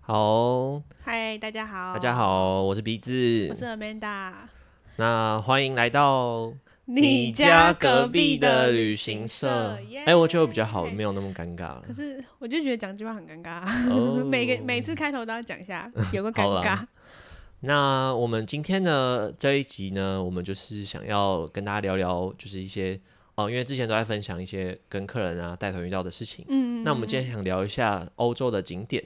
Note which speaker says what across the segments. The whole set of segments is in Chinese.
Speaker 1: 好，
Speaker 2: 嗨，大家好，
Speaker 1: 大家，好，我是鼻子
Speaker 2: 我，是 Amanda。
Speaker 1: 那欢迎来到哎、我觉得我比较好，没有
Speaker 2: 有。
Speaker 1: 那么尴尬了
Speaker 2: 可。是我就觉得讲这句话很尴尬，
Speaker 1: 哦
Speaker 2: 每个每次开头都要讲 一下，有个尴
Speaker 1: 好
Speaker 2: 尬
Speaker 1: 啦。那我们今天呢这一集呢，我们就是想要跟大家聊聊，就是一些哦，因为之前都在分享一些跟客人啊带团遇到的事情。
Speaker 2: 嗯，
Speaker 1: 那我们今天想聊一下欧洲的景点。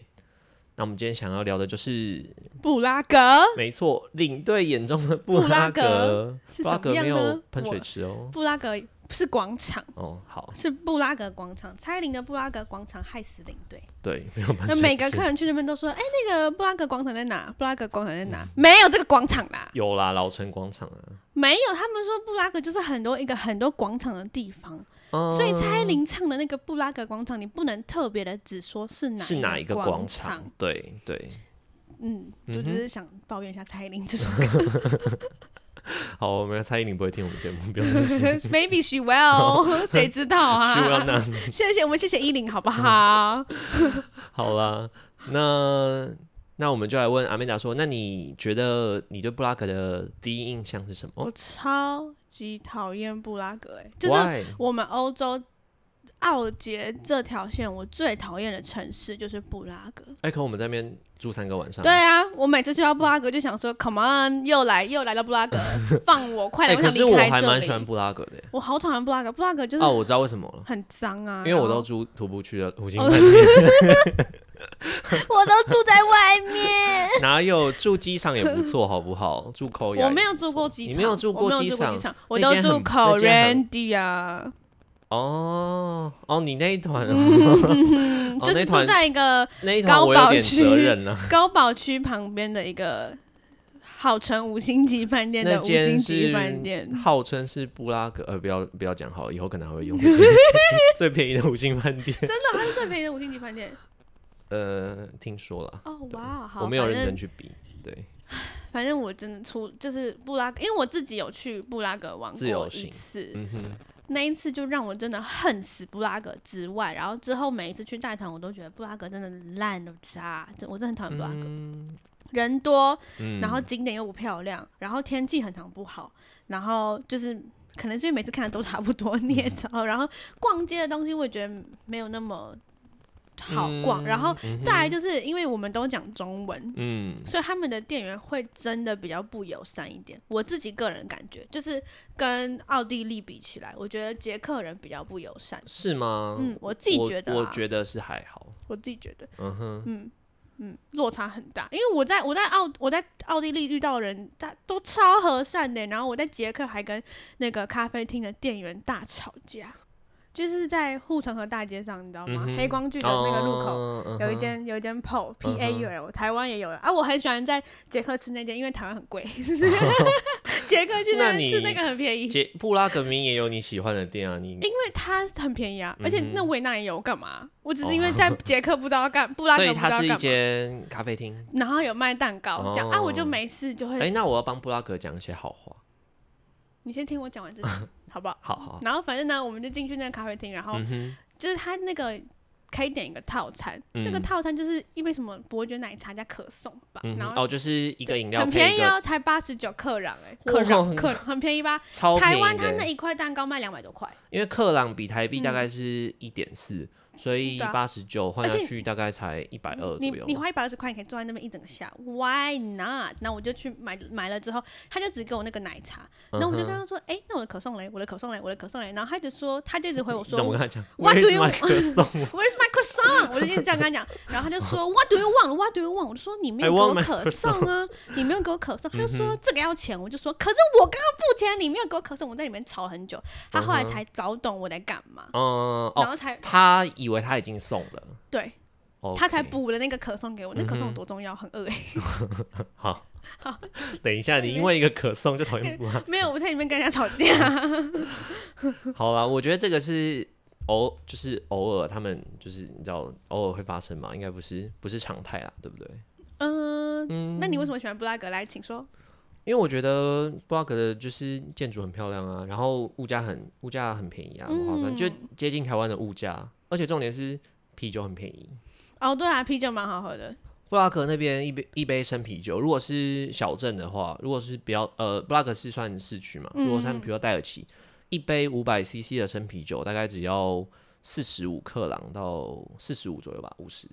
Speaker 1: 那我们今天想要聊的 就是，
Speaker 2: 布拉格，
Speaker 1: 没错，领队眼中的布
Speaker 2: 布拉格
Speaker 1: 格，
Speaker 2: 是
Speaker 1: 布拉
Speaker 2: 什么
Speaker 1: 格
Speaker 2: 样
Speaker 1: 没
Speaker 2: 呢
Speaker 1: 有喷水
Speaker 2: 我
Speaker 1: 池哦。
Speaker 2: 布拉格是广场，
Speaker 1: 哦，好，
Speaker 2: 是布拉格广场。蔡依林的布拉格广场害死领队。
Speaker 1: 对，没有办法。
Speaker 2: 那每个客人去那边都说：“哎，那个布拉格广场在哪？布拉格广场在
Speaker 1: 嗯
Speaker 2: 哪？”没有这个广场啦，
Speaker 1: 有啦，老城广场啊，
Speaker 2: 没有。他们说布拉格就是很多一个很多广场的地方。
Speaker 1: 嗯
Speaker 2: 所以蔡依林唱的那个布拉格广场，你不能特别的只说是哪
Speaker 1: 哦是哪一个
Speaker 2: 广
Speaker 1: 广场？？对对，
Speaker 2: 嗯，
Speaker 1: 嗯
Speaker 2: 就
Speaker 1: 哼
Speaker 2: 只是想抱怨一下蔡依林 这首歌
Speaker 1: 好，我们蔡依林不会听我们节目，不 用担心。
Speaker 2: ，Maybe she will，谁知道啊？
Speaker 1: 希望那
Speaker 2: 谢谢我们谢谢依林好不 好？
Speaker 1: 好啦，那那我们就来问阿美达说，那你觉得你对布拉格的第一印象是什么
Speaker 2: 我？超级讨厌布拉格、欸，就是
Speaker 1: 是
Speaker 2: 我们欧洲奥捷这条线，我最讨厌的城市就是布拉格。
Speaker 1: 哎，可我们在那边住三个晚上，
Speaker 2: 对，啊，我每次去到布拉格就想说，Come on，又来又来到布 拉格，放我快
Speaker 1: 哎，
Speaker 2: 点，
Speaker 1: 可
Speaker 2: 我
Speaker 1: 是
Speaker 2: 想离
Speaker 1: 我
Speaker 2: 开
Speaker 1: 还
Speaker 2: 这
Speaker 1: 蛮喜欢
Speaker 2: 里。嗯
Speaker 1: 布拉格的耶。
Speaker 2: 我好讨厌布拉格，布拉格就是
Speaker 1: 哦，我知道为什么了，
Speaker 2: 很脏啊，
Speaker 1: 因为我
Speaker 2: 然
Speaker 1: 都
Speaker 2: 后
Speaker 1: 住徒步区的五星
Speaker 2: 哦
Speaker 1: 饭 店，
Speaker 2: 我都住在外 面，
Speaker 1: 哪有住机场也不错，好不好？住口雅
Speaker 2: 我没有住过机场，
Speaker 1: 你没有住过
Speaker 2: 我没有
Speaker 1: 机
Speaker 2: 住过
Speaker 1: 场
Speaker 2: 机场，我
Speaker 1: 那
Speaker 2: 都
Speaker 1: 间
Speaker 2: 住
Speaker 1: 很
Speaker 2: c o
Speaker 1: 那
Speaker 2: r
Speaker 1: 间
Speaker 2: a
Speaker 1: 很
Speaker 2: n d i 啊，
Speaker 1: 哦哦，你那一团哦，
Speaker 2: 嗯，
Speaker 1: 哦
Speaker 2: 就
Speaker 1: 那
Speaker 2: 是
Speaker 1: 团
Speaker 2: 住在一个
Speaker 1: 那一团我有点责任啊了、
Speaker 2: 高保区旁边的一个号称五星级饭 店
Speaker 1: 那
Speaker 2: 的五星
Speaker 1: 间
Speaker 2: 级
Speaker 1: 是
Speaker 2: 饭店，
Speaker 1: 号称是布拉格，呃，不要不要讲好了，以后可能还会用 最便宜的五星饭店。
Speaker 2: 真的，它是最便宜的五星级饭店。
Speaker 1: 呃，听说了，
Speaker 2: 哦，哇，好，
Speaker 1: 我没有认
Speaker 2: 反
Speaker 1: 真
Speaker 2: 正
Speaker 1: 去比，对，
Speaker 2: 反正我真的出就是布拉格，因为我自己有去布拉格玩
Speaker 1: 自由
Speaker 2: 过一
Speaker 1: 行
Speaker 2: 次，
Speaker 1: 嗯哼，
Speaker 2: 那一次就让我真的恨死布拉格之外，然后之后每一次去带团，我都觉得布拉格真的烂到渣，真我真的很讨厌布拉格，
Speaker 1: 嗯
Speaker 2: 人多，
Speaker 1: 嗯
Speaker 2: 然后景点又不漂亮，然后天气很常不好，然后就是可能是因为每次看的都差不多，你也
Speaker 1: 嗯
Speaker 2: 知道，然后逛街的东西我也觉得没有那么好逛，然后
Speaker 1: 嗯哼
Speaker 2: 再来就是因为我们都讲中文，
Speaker 1: 嗯
Speaker 2: 所以他们的店员会真的比较不友善一点。我自己个人感觉，就是跟奥地利比起来，我觉得捷克人比较不友善。
Speaker 1: 是吗？
Speaker 2: 嗯，我自己觉得、啊，
Speaker 1: 我，我觉得是还好，
Speaker 2: 我自己觉得，
Speaker 1: 嗯哼，
Speaker 2: 嗯嗯，落差很大。因为我在我在奥我在奥地利遇到的人，大都超和善的，然后我在捷克还跟那个咖啡厅的店员大吵架，就是在护城河大街上，你知道吗？
Speaker 1: 嗯哼
Speaker 2: 黑光剧的那个路口。
Speaker 1: 哦嗯哼
Speaker 2: 有一间有一间 PO P A
Speaker 1: 嗯
Speaker 2: U L，、台湾也有啊，我很喜欢在捷克吃那间，因为台湾很 贵，就是捷克去
Speaker 1: 那
Speaker 2: 那边
Speaker 1: 你
Speaker 2: 吃那个很便宜，因
Speaker 1: 捷布拉格明也有你喜欢的店啊， 你
Speaker 2: 为它很便宜啊，而且
Speaker 1: 嗯哼
Speaker 2: 那维纳也有干嘛？我只
Speaker 1: 哦
Speaker 2: 是因为 在捷克不知道要干，布拉
Speaker 1: 所
Speaker 2: 格
Speaker 1: 以
Speaker 2: 不知道
Speaker 1: 它是一
Speaker 2: 要干嘛，
Speaker 1: 间咖啡厅。
Speaker 2: 然后有卖蛋糕这样、啊，我就没事就会，
Speaker 1: 哎、那我要帮布拉格讲一些好话。
Speaker 2: 你先听我讲 完这好不好？
Speaker 1: 好好，
Speaker 2: 然后反正呢，我们就进去那个咖啡厅，然后
Speaker 1: 嗯哼，
Speaker 2: 就是它那个可以点一个套餐，那个
Speaker 1: 嗯
Speaker 2: 套餐就是因为什么伯爵奶茶加可颂吧，
Speaker 1: 嗯
Speaker 2: 然
Speaker 1: 哼，
Speaker 2: 后
Speaker 1: 哦，就是一个饮料
Speaker 2: 很
Speaker 1: 配
Speaker 2: 便
Speaker 1: 一
Speaker 2: 宜
Speaker 1: 个
Speaker 2: 哦，才八十九克朗哎、
Speaker 1: 哇
Speaker 2: 克朗克很便宜吧？
Speaker 1: 超便
Speaker 2: 台
Speaker 1: 宜
Speaker 2: 湾它
Speaker 1: 的
Speaker 2: 那一块蛋糕卖两百多块，
Speaker 1: 因为克朗比台币大
Speaker 2: 嗯
Speaker 1: 概是一点四，所以
Speaker 2: 对啊
Speaker 1: 八十九换
Speaker 2: 而
Speaker 1: 下
Speaker 2: 且
Speaker 1: 去大概才一百二左
Speaker 2: 你
Speaker 1: 右
Speaker 2: 你。花一百二十块，你可以坐在那边一整个下午，Why not？那我就去买买了之后，他就只给我那个奶茶，
Speaker 1: 嗯哼
Speaker 2: 然后我就跟 他说，哎、那我的可颂嘞，我的可颂嘞，我的可颂嘞，然后他就说，他就一直回我
Speaker 1: 你
Speaker 2: 说
Speaker 1: 懂我跟他讲
Speaker 2: What
Speaker 1: ，Where's
Speaker 2: do you-
Speaker 1: my 可颂
Speaker 2: Where's my croissant？我就一直这样跟他讲，然后他就说 What do you want？What do you want？我就说你没
Speaker 1: I
Speaker 2: 有给我
Speaker 1: want my
Speaker 2: 可颂啊， 你没有给我可颂。他就
Speaker 1: 嗯
Speaker 2: 说这个要钱，我就说可是我刚刚付钱，你没有给我可颂，我在里面吵很久。他后来
Speaker 1: 嗯哼
Speaker 2: 才搞懂我在干嘛，
Speaker 1: 嗯，哦，
Speaker 2: 然后才
Speaker 1: 他以为他已经送了
Speaker 2: 对
Speaker 1: o
Speaker 2: 他才。补了那个可颂给我。那可颂
Speaker 1: 嗯哼
Speaker 2: 有多重要？很饿哎，
Speaker 1: 好
Speaker 2: 好，
Speaker 1: 等一下，你因为一个可颂就讨厌 布拉。
Speaker 2: 没有我在里面跟人家吵架。
Speaker 1: 好啦，我觉得这个是偶，就是偶尔他们就是你知道偶尔会发生嘛，应该不是不是常态啦，对不对？
Speaker 2: 嗯，
Speaker 1: 嗯，
Speaker 2: 那你为什么喜欢布拉格？来，请说。
Speaker 1: 因为我觉得布拉格的就是建筑很漂亮啊，然后物价很物价很便宜啊，很划算，
Speaker 2: 嗯
Speaker 1: 就接近台湾的物价，而且重点是啤酒很便宜。
Speaker 2: 哦，对啊，啤酒蛮好喝的，
Speaker 1: 布拉格那边一杯一杯生啤酒，如果是小镇的话，如果是比较呃，布拉格是算市区嘛，如果像
Speaker 2: 嗯
Speaker 1: 比如说戴尔奇，一杯五百 CC 的生啤酒大概只要四十五克朗到四十五左右吧，五十。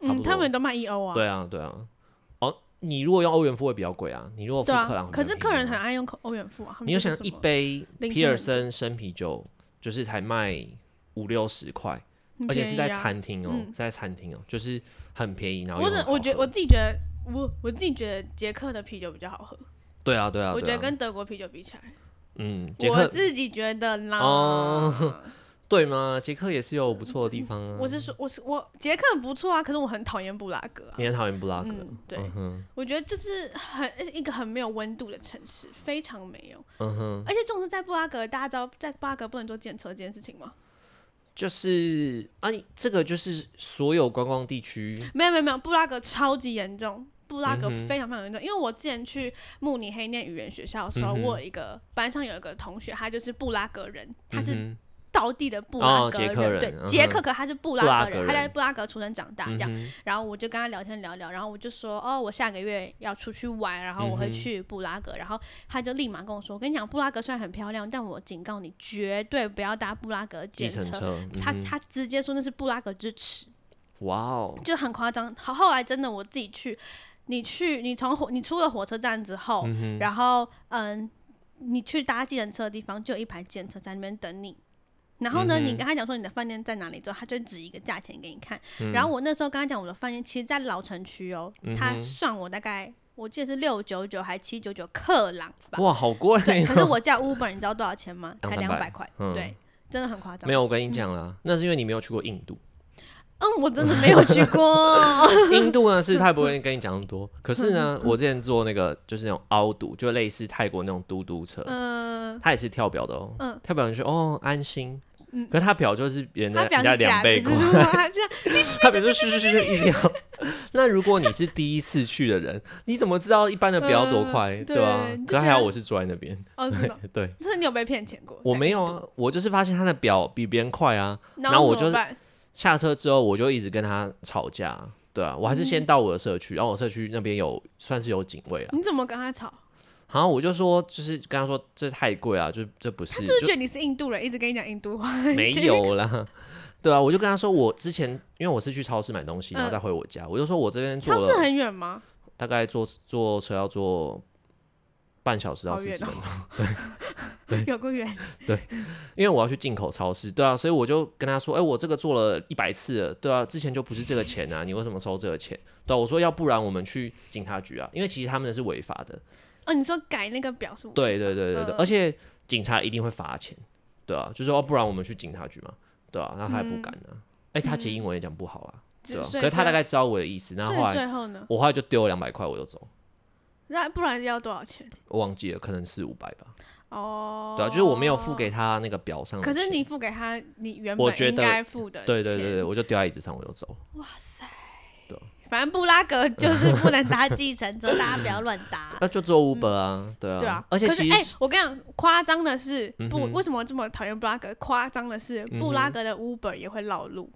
Speaker 1: 差不
Speaker 2: 嗯，
Speaker 1: 多
Speaker 2: 他们都卖一欧啊，
Speaker 1: 对啊，对啊。哦，你如果用欧元付会比较贵啊，你如果付
Speaker 2: 对
Speaker 1: 克
Speaker 2: 啊
Speaker 1: 朗，会
Speaker 2: 可
Speaker 1: 比
Speaker 2: 是
Speaker 1: 较
Speaker 2: 客
Speaker 1: 便宜
Speaker 2: 人
Speaker 1: 啊
Speaker 2: 很爱用口欧元付啊，他们
Speaker 1: 你就
Speaker 2: 觉得
Speaker 1: 想
Speaker 2: 什
Speaker 1: 一
Speaker 2: 么
Speaker 1: 杯
Speaker 2: 零
Speaker 1: 皮
Speaker 2: 钱
Speaker 1: 尔
Speaker 2: 很
Speaker 1: 森生啤酒，就是才卖五六十块，
Speaker 2: 很
Speaker 1: 而且
Speaker 2: 便
Speaker 1: 是
Speaker 2: 宜
Speaker 1: 在
Speaker 2: 啊
Speaker 1: 餐厅哦、
Speaker 2: 嗯
Speaker 1: 是在餐厅哦、就是很便宜，然后
Speaker 2: 我
Speaker 1: 又
Speaker 2: 只
Speaker 1: 很好
Speaker 2: 我觉
Speaker 1: 喝
Speaker 2: 我自己觉得我我自己觉得捷克的啤酒比较好喝，
Speaker 1: 对啊对啊，
Speaker 2: 我
Speaker 1: 对
Speaker 2: 觉得
Speaker 1: 啊
Speaker 2: 跟德国啤酒比起来，
Speaker 1: 嗯捷
Speaker 2: 我
Speaker 1: 克
Speaker 2: 自己觉得啦。
Speaker 1: 哦对吗？捷克也是有不错的地方啊。
Speaker 2: 我是说，我是我捷克不错啊，可是我很讨厌布拉格啊。
Speaker 1: 你很讨厌布拉格，
Speaker 2: 嗯，对，
Speaker 1: 嗯哼
Speaker 2: 我觉得就是很一个很没有温度的城市，非常没有。
Speaker 1: 嗯哼，
Speaker 2: 而且重是在布拉格，大家知道在布拉格不能坐电车这件事情吗？
Speaker 1: 就是啊，你这个就是所有观光地区
Speaker 2: 没有没有没有，布拉格超级严重，布拉格
Speaker 1: 嗯哼
Speaker 2: 非常非常严重。因为我之前去慕尼黑念语言学校的时候，
Speaker 1: 嗯哼
Speaker 2: 我有一个班上有一个同学，他就是布拉格人，他是
Speaker 1: 嗯
Speaker 2: 道地的布拉格
Speaker 1: 哦捷克人嗯
Speaker 2: 对，
Speaker 1: 哼
Speaker 2: 捷克可他是布
Speaker 1: 布
Speaker 2: 拉
Speaker 1: 拉
Speaker 2: 格
Speaker 1: 格
Speaker 2: 人，他在
Speaker 1: 人
Speaker 2: 布拉格出生长大
Speaker 1: 哼
Speaker 2: 这样。
Speaker 1: 嗯哼
Speaker 2: 然后我就跟他聊天聊聊，然后我就说，哦，我下个月要出去玩，然后我
Speaker 1: 嗯
Speaker 2: 会
Speaker 1: 哼
Speaker 2: 去布拉格，然后他就立马跟我说，我跟你讲，布拉格虽然很漂亮，但我警告你，绝对不要搭布拉格
Speaker 1: 计
Speaker 2: 电
Speaker 1: 程
Speaker 2: 车。
Speaker 1: 车，
Speaker 2: 他
Speaker 1: 嗯哼
Speaker 2: 他直接说那是布拉格之耻，
Speaker 1: 哇哦，
Speaker 2: 就很夸张。好，后来真的我自己去，你去，你从火，你出了火车站之后，然后嗯，你去搭计程车的地方就有一排计程车在那边等你。然后呢，
Speaker 1: 嗯哼
Speaker 2: 你跟他讲说你的饭店在哪里之后，他就指一个价钱给你看。
Speaker 1: 嗯
Speaker 2: 然后我那时候跟他讲我的饭店其实，在老城区哦，他算我大概我记得是六九九还七九九克朗吧。
Speaker 1: 哇，好贵
Speaker 2: 对，
Speaker 1: 哦
Speaker 2: 可是我叫 Uber，你知道多少钱吗？才
Speaker 1: 两
Speaker 2: 两
Speaker 1: 三
Speaker 2: 百
Speaker 1: 百
Speaker 2: 块，
Speaker 1: 嗯
Speaker 2: 对，嗯真的很夸张。
Speaker 1: 没有，我跟你讲啦，那是因为你没有去过印度。
Speaker 2: 嗯，我真的没有去 过。
Speaker 1: 印度呢是他不会跟你讲那么多，可是
Speaker 2: 嗯
Speaker 1: 呢，我之前坐那个就是那种凹嘟，就类似泰国那种嘟嘟车，
Speaker 2: 嗯，
Speaker 1: 它也是跳表的哦。
Speaker 2: 嗯
Speaker 1: 跳表你说哦安心
Speaker 2: 嗯，
Speaker 1: 可是它表就是别人的
Speaker 2: 他表
Speaker 1: 人
Speaker 2: 示
Speaker 1: 家两
Speaker 2: 假的，
Speaker 1: 倍
Speaker 2: 是
Speaker 1: 过，
Speaker 2: 吗？他这样
Speaker 1: 它表就是嘘嘘嘘一直跳。那如果你是第一次去的 人，你怎么知道一般的表多快，
Speaker 2: 嗯
Speaker 1: 对吧可
Speaker 2: 对？就觉
Speaker 1: 还好
Speaker 2: 得
Speaker 1: 我是坐在那边，
Speaker 2: 哦，是吗？
Speaker 1: 对
Speaker 2: 就是你有被骗钱过？
Speaker 1: 我没有啊，我就是发现他的表比别人快啊。
Speaker 2: 然
Speaker 1: 然后
Speaker 2: 后
Speaker 1: 我
Speaker 2: 怎么
Speaker 1: 就
Speaker 2: 办？
Speaker 1: 下车之后，我就一直跟他吵架。对啊，我还是
Speaker 2: 嗯
Speaker 1: 先到我的社区，然后我社区那边有算是有警卫啦。
Speaker 2: 你怎么跟他吵？
Speaker 1: 好像我就说，就是跟他说这太贵啊，就这不是，
Speaker 2: 他是不是
Speaker 1: 就
Speaker 2: 觉得你是印度人，一直跟你讲印度话？
Speaker 1: 没有啦。对啊，我就跟他说，我之前因为我是去超市买东西，然后
Speaker 2: 嗯
Speaker 1: 再回我家，我就说我这边坐
Speaker 2: 超市
Speaker 1: 了
Speaker 2: 很远吗？
Speaker 1: 大概坐坐车要坐半小时到
Speaker 2: 好
Speaker 1: 四
Speaker 2: 远哦
Speaker 1: 十分钟，
Speaker 2: 有个远，
Speaker 1: 因为我要去进口超市。对啊，所以我就跟他说，哎、我这个做了一百次了，对啊，之前就不是这个钱啊，你为什么收这个钱？对啊、我说要不然我们去警察局啊，因为其实他们的是违法的，
Speaker 2: 哦，你说改那个表是？，
Speaker 1: 对对对对对，
Speaker 2: 嗯
Speaker 1: 而且警察一定会罚钱，对啊，就说、哦、不然我们去警察局嘛，对啊，那他也不敢啊。哎、他其实英文也讲不好啊，对
Speaker 2: 只
Speaker 1: 啊，
Speaker 2: 嗯所
Speaker 1: 可
Speaker 2: 以
Speaker 1: 是他
Speaker 2: 最
Speaker 1: 大概知道我的意思，然后
Speaker 2: 所
Speaker 1: 后
Speaker 2: 以
Speaker 1: 来
Speaker 2: 最后呢？
Speaker 1: 我后来就丢了两百块，我就走，
Speaker 2: 那不然要多少钱？
Speaker 1: 我忘记了，可能四五百吧，
Speaker 2: 哦，
Speaker 1: 对啊，就是我没有付。给他那个表上的
Speaker 2: 可
Speaker 1: 钱，
Speaker 2: 是你付给他，你原
Speaker 1: 我
Speaker 2: 本
Speaker 1: 觉
Speaker 2: 应
Speaker 1: 得
Speaker 2: 该付的。
Speaker 1: 对对对对，。我就丢在椅子上，我就走。
Speaker 2: 哇塞
Speaker 1: 对啊。
Speaker 2: 反正布拉格就是不能搭计 程车，大家不要乱搭。
Speaker 1: 那就坐 Uber 啊，对啊，
Speaker 2: 对啊，
Speaker 1: 而且
Speaker 2: 可是
Speaker 1: 其
Speaker 2: 哎、
Speaker 1: 实
Speaker 2: 我跟你讲，夸张的是
Speaker 1: 嗯
Speaker 2: 不、
Speaker 1: 哼嗯
Speaker 2: 为什么这么讨厌布拉格？夸张的是，布拉格的 Uber 也会绕路，